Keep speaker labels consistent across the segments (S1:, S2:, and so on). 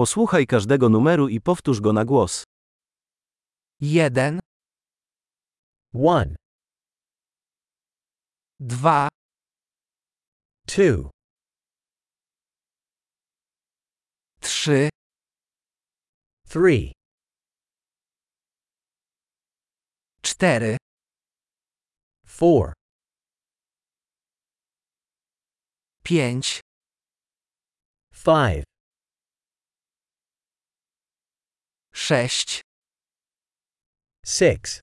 S1: Posłuchaj każdego numeru i powtórz go na głos.
S2: Jeden,
S3: 1,
S2: dwa,
S3: 2,
S2: trzy,
S3: 3,
S2: cztery,
S3: 4,
S2: pięć,
S3: 5,
S2: sześć,
S3: 6,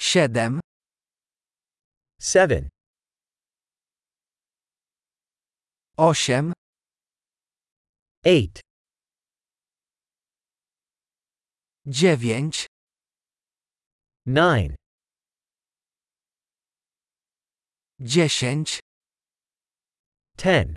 S2: siedem,
S3: 7,
S2: osiem,
S3: 8,
S2: dziewięć,
S3: 9,
S2: dziesięć,
S3: 10,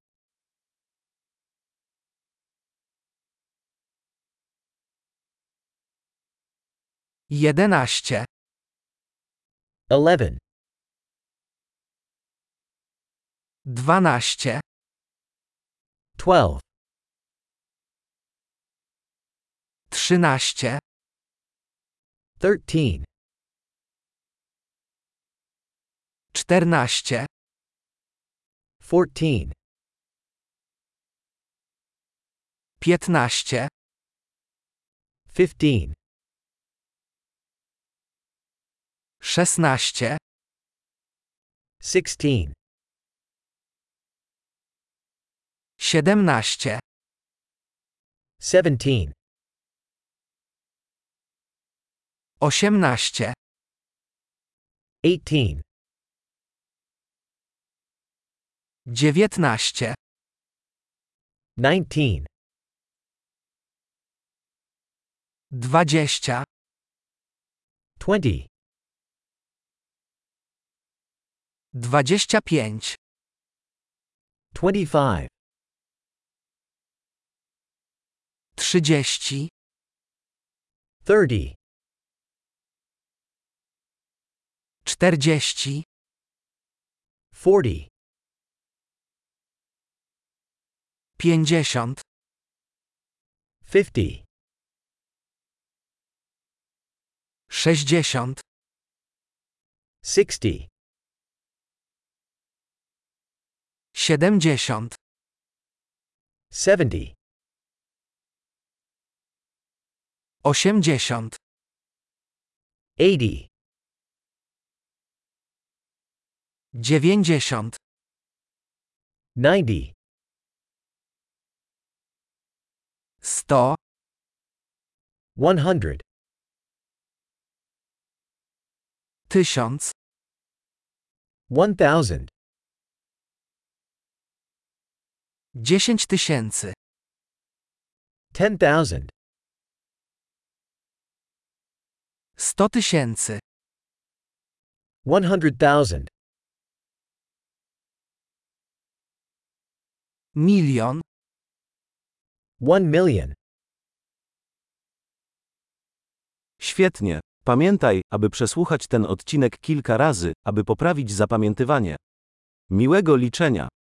S2: jedenaście,
S3: 11,
S2: dwanaście,
S3: 12,
S2: trzynaście,
S3: 13,
S2: czternaście,
S3: 14,
S2: piętnaście,
S3: 15,
S2: szesnaście,
S3: 16,
S2: siedemnaście,
S3: 17,
S2: osiemnaście,
S3: 18,
S2: dziewiętnaście,
S3: 19,
S2: dwadzieścia,
S3: 20,
S2: dwadzieścia pięć,
S3: 25,
S2: trzydzieści,
S3: 30,
S2: czterdzieści,
S3: 40,
S2: pięćdziesiąt,
S3: 50,
S2: sześćdziesiąt,
S3: 60,
S2: siedemdziesiąt,
S3: 70,
S2: osiemdziesiąt,
S3: 80,
S2: dziewięćdziesiąt,
S3: 90,
S2: sto,
S3: 100,
S2: tysiąc,
S3: 1000,
S2: dziesięć tysięcy,
S3: 10,000,
S2: sto tysięcy,
S3: 100,000,
S2: milion,
S3: 1 million.
S1: Świetnie. Pamiętaj, aby przesłuchać ten odcinek kilka razy, aby poprawić zapamiętywanie. Miłego liczenia.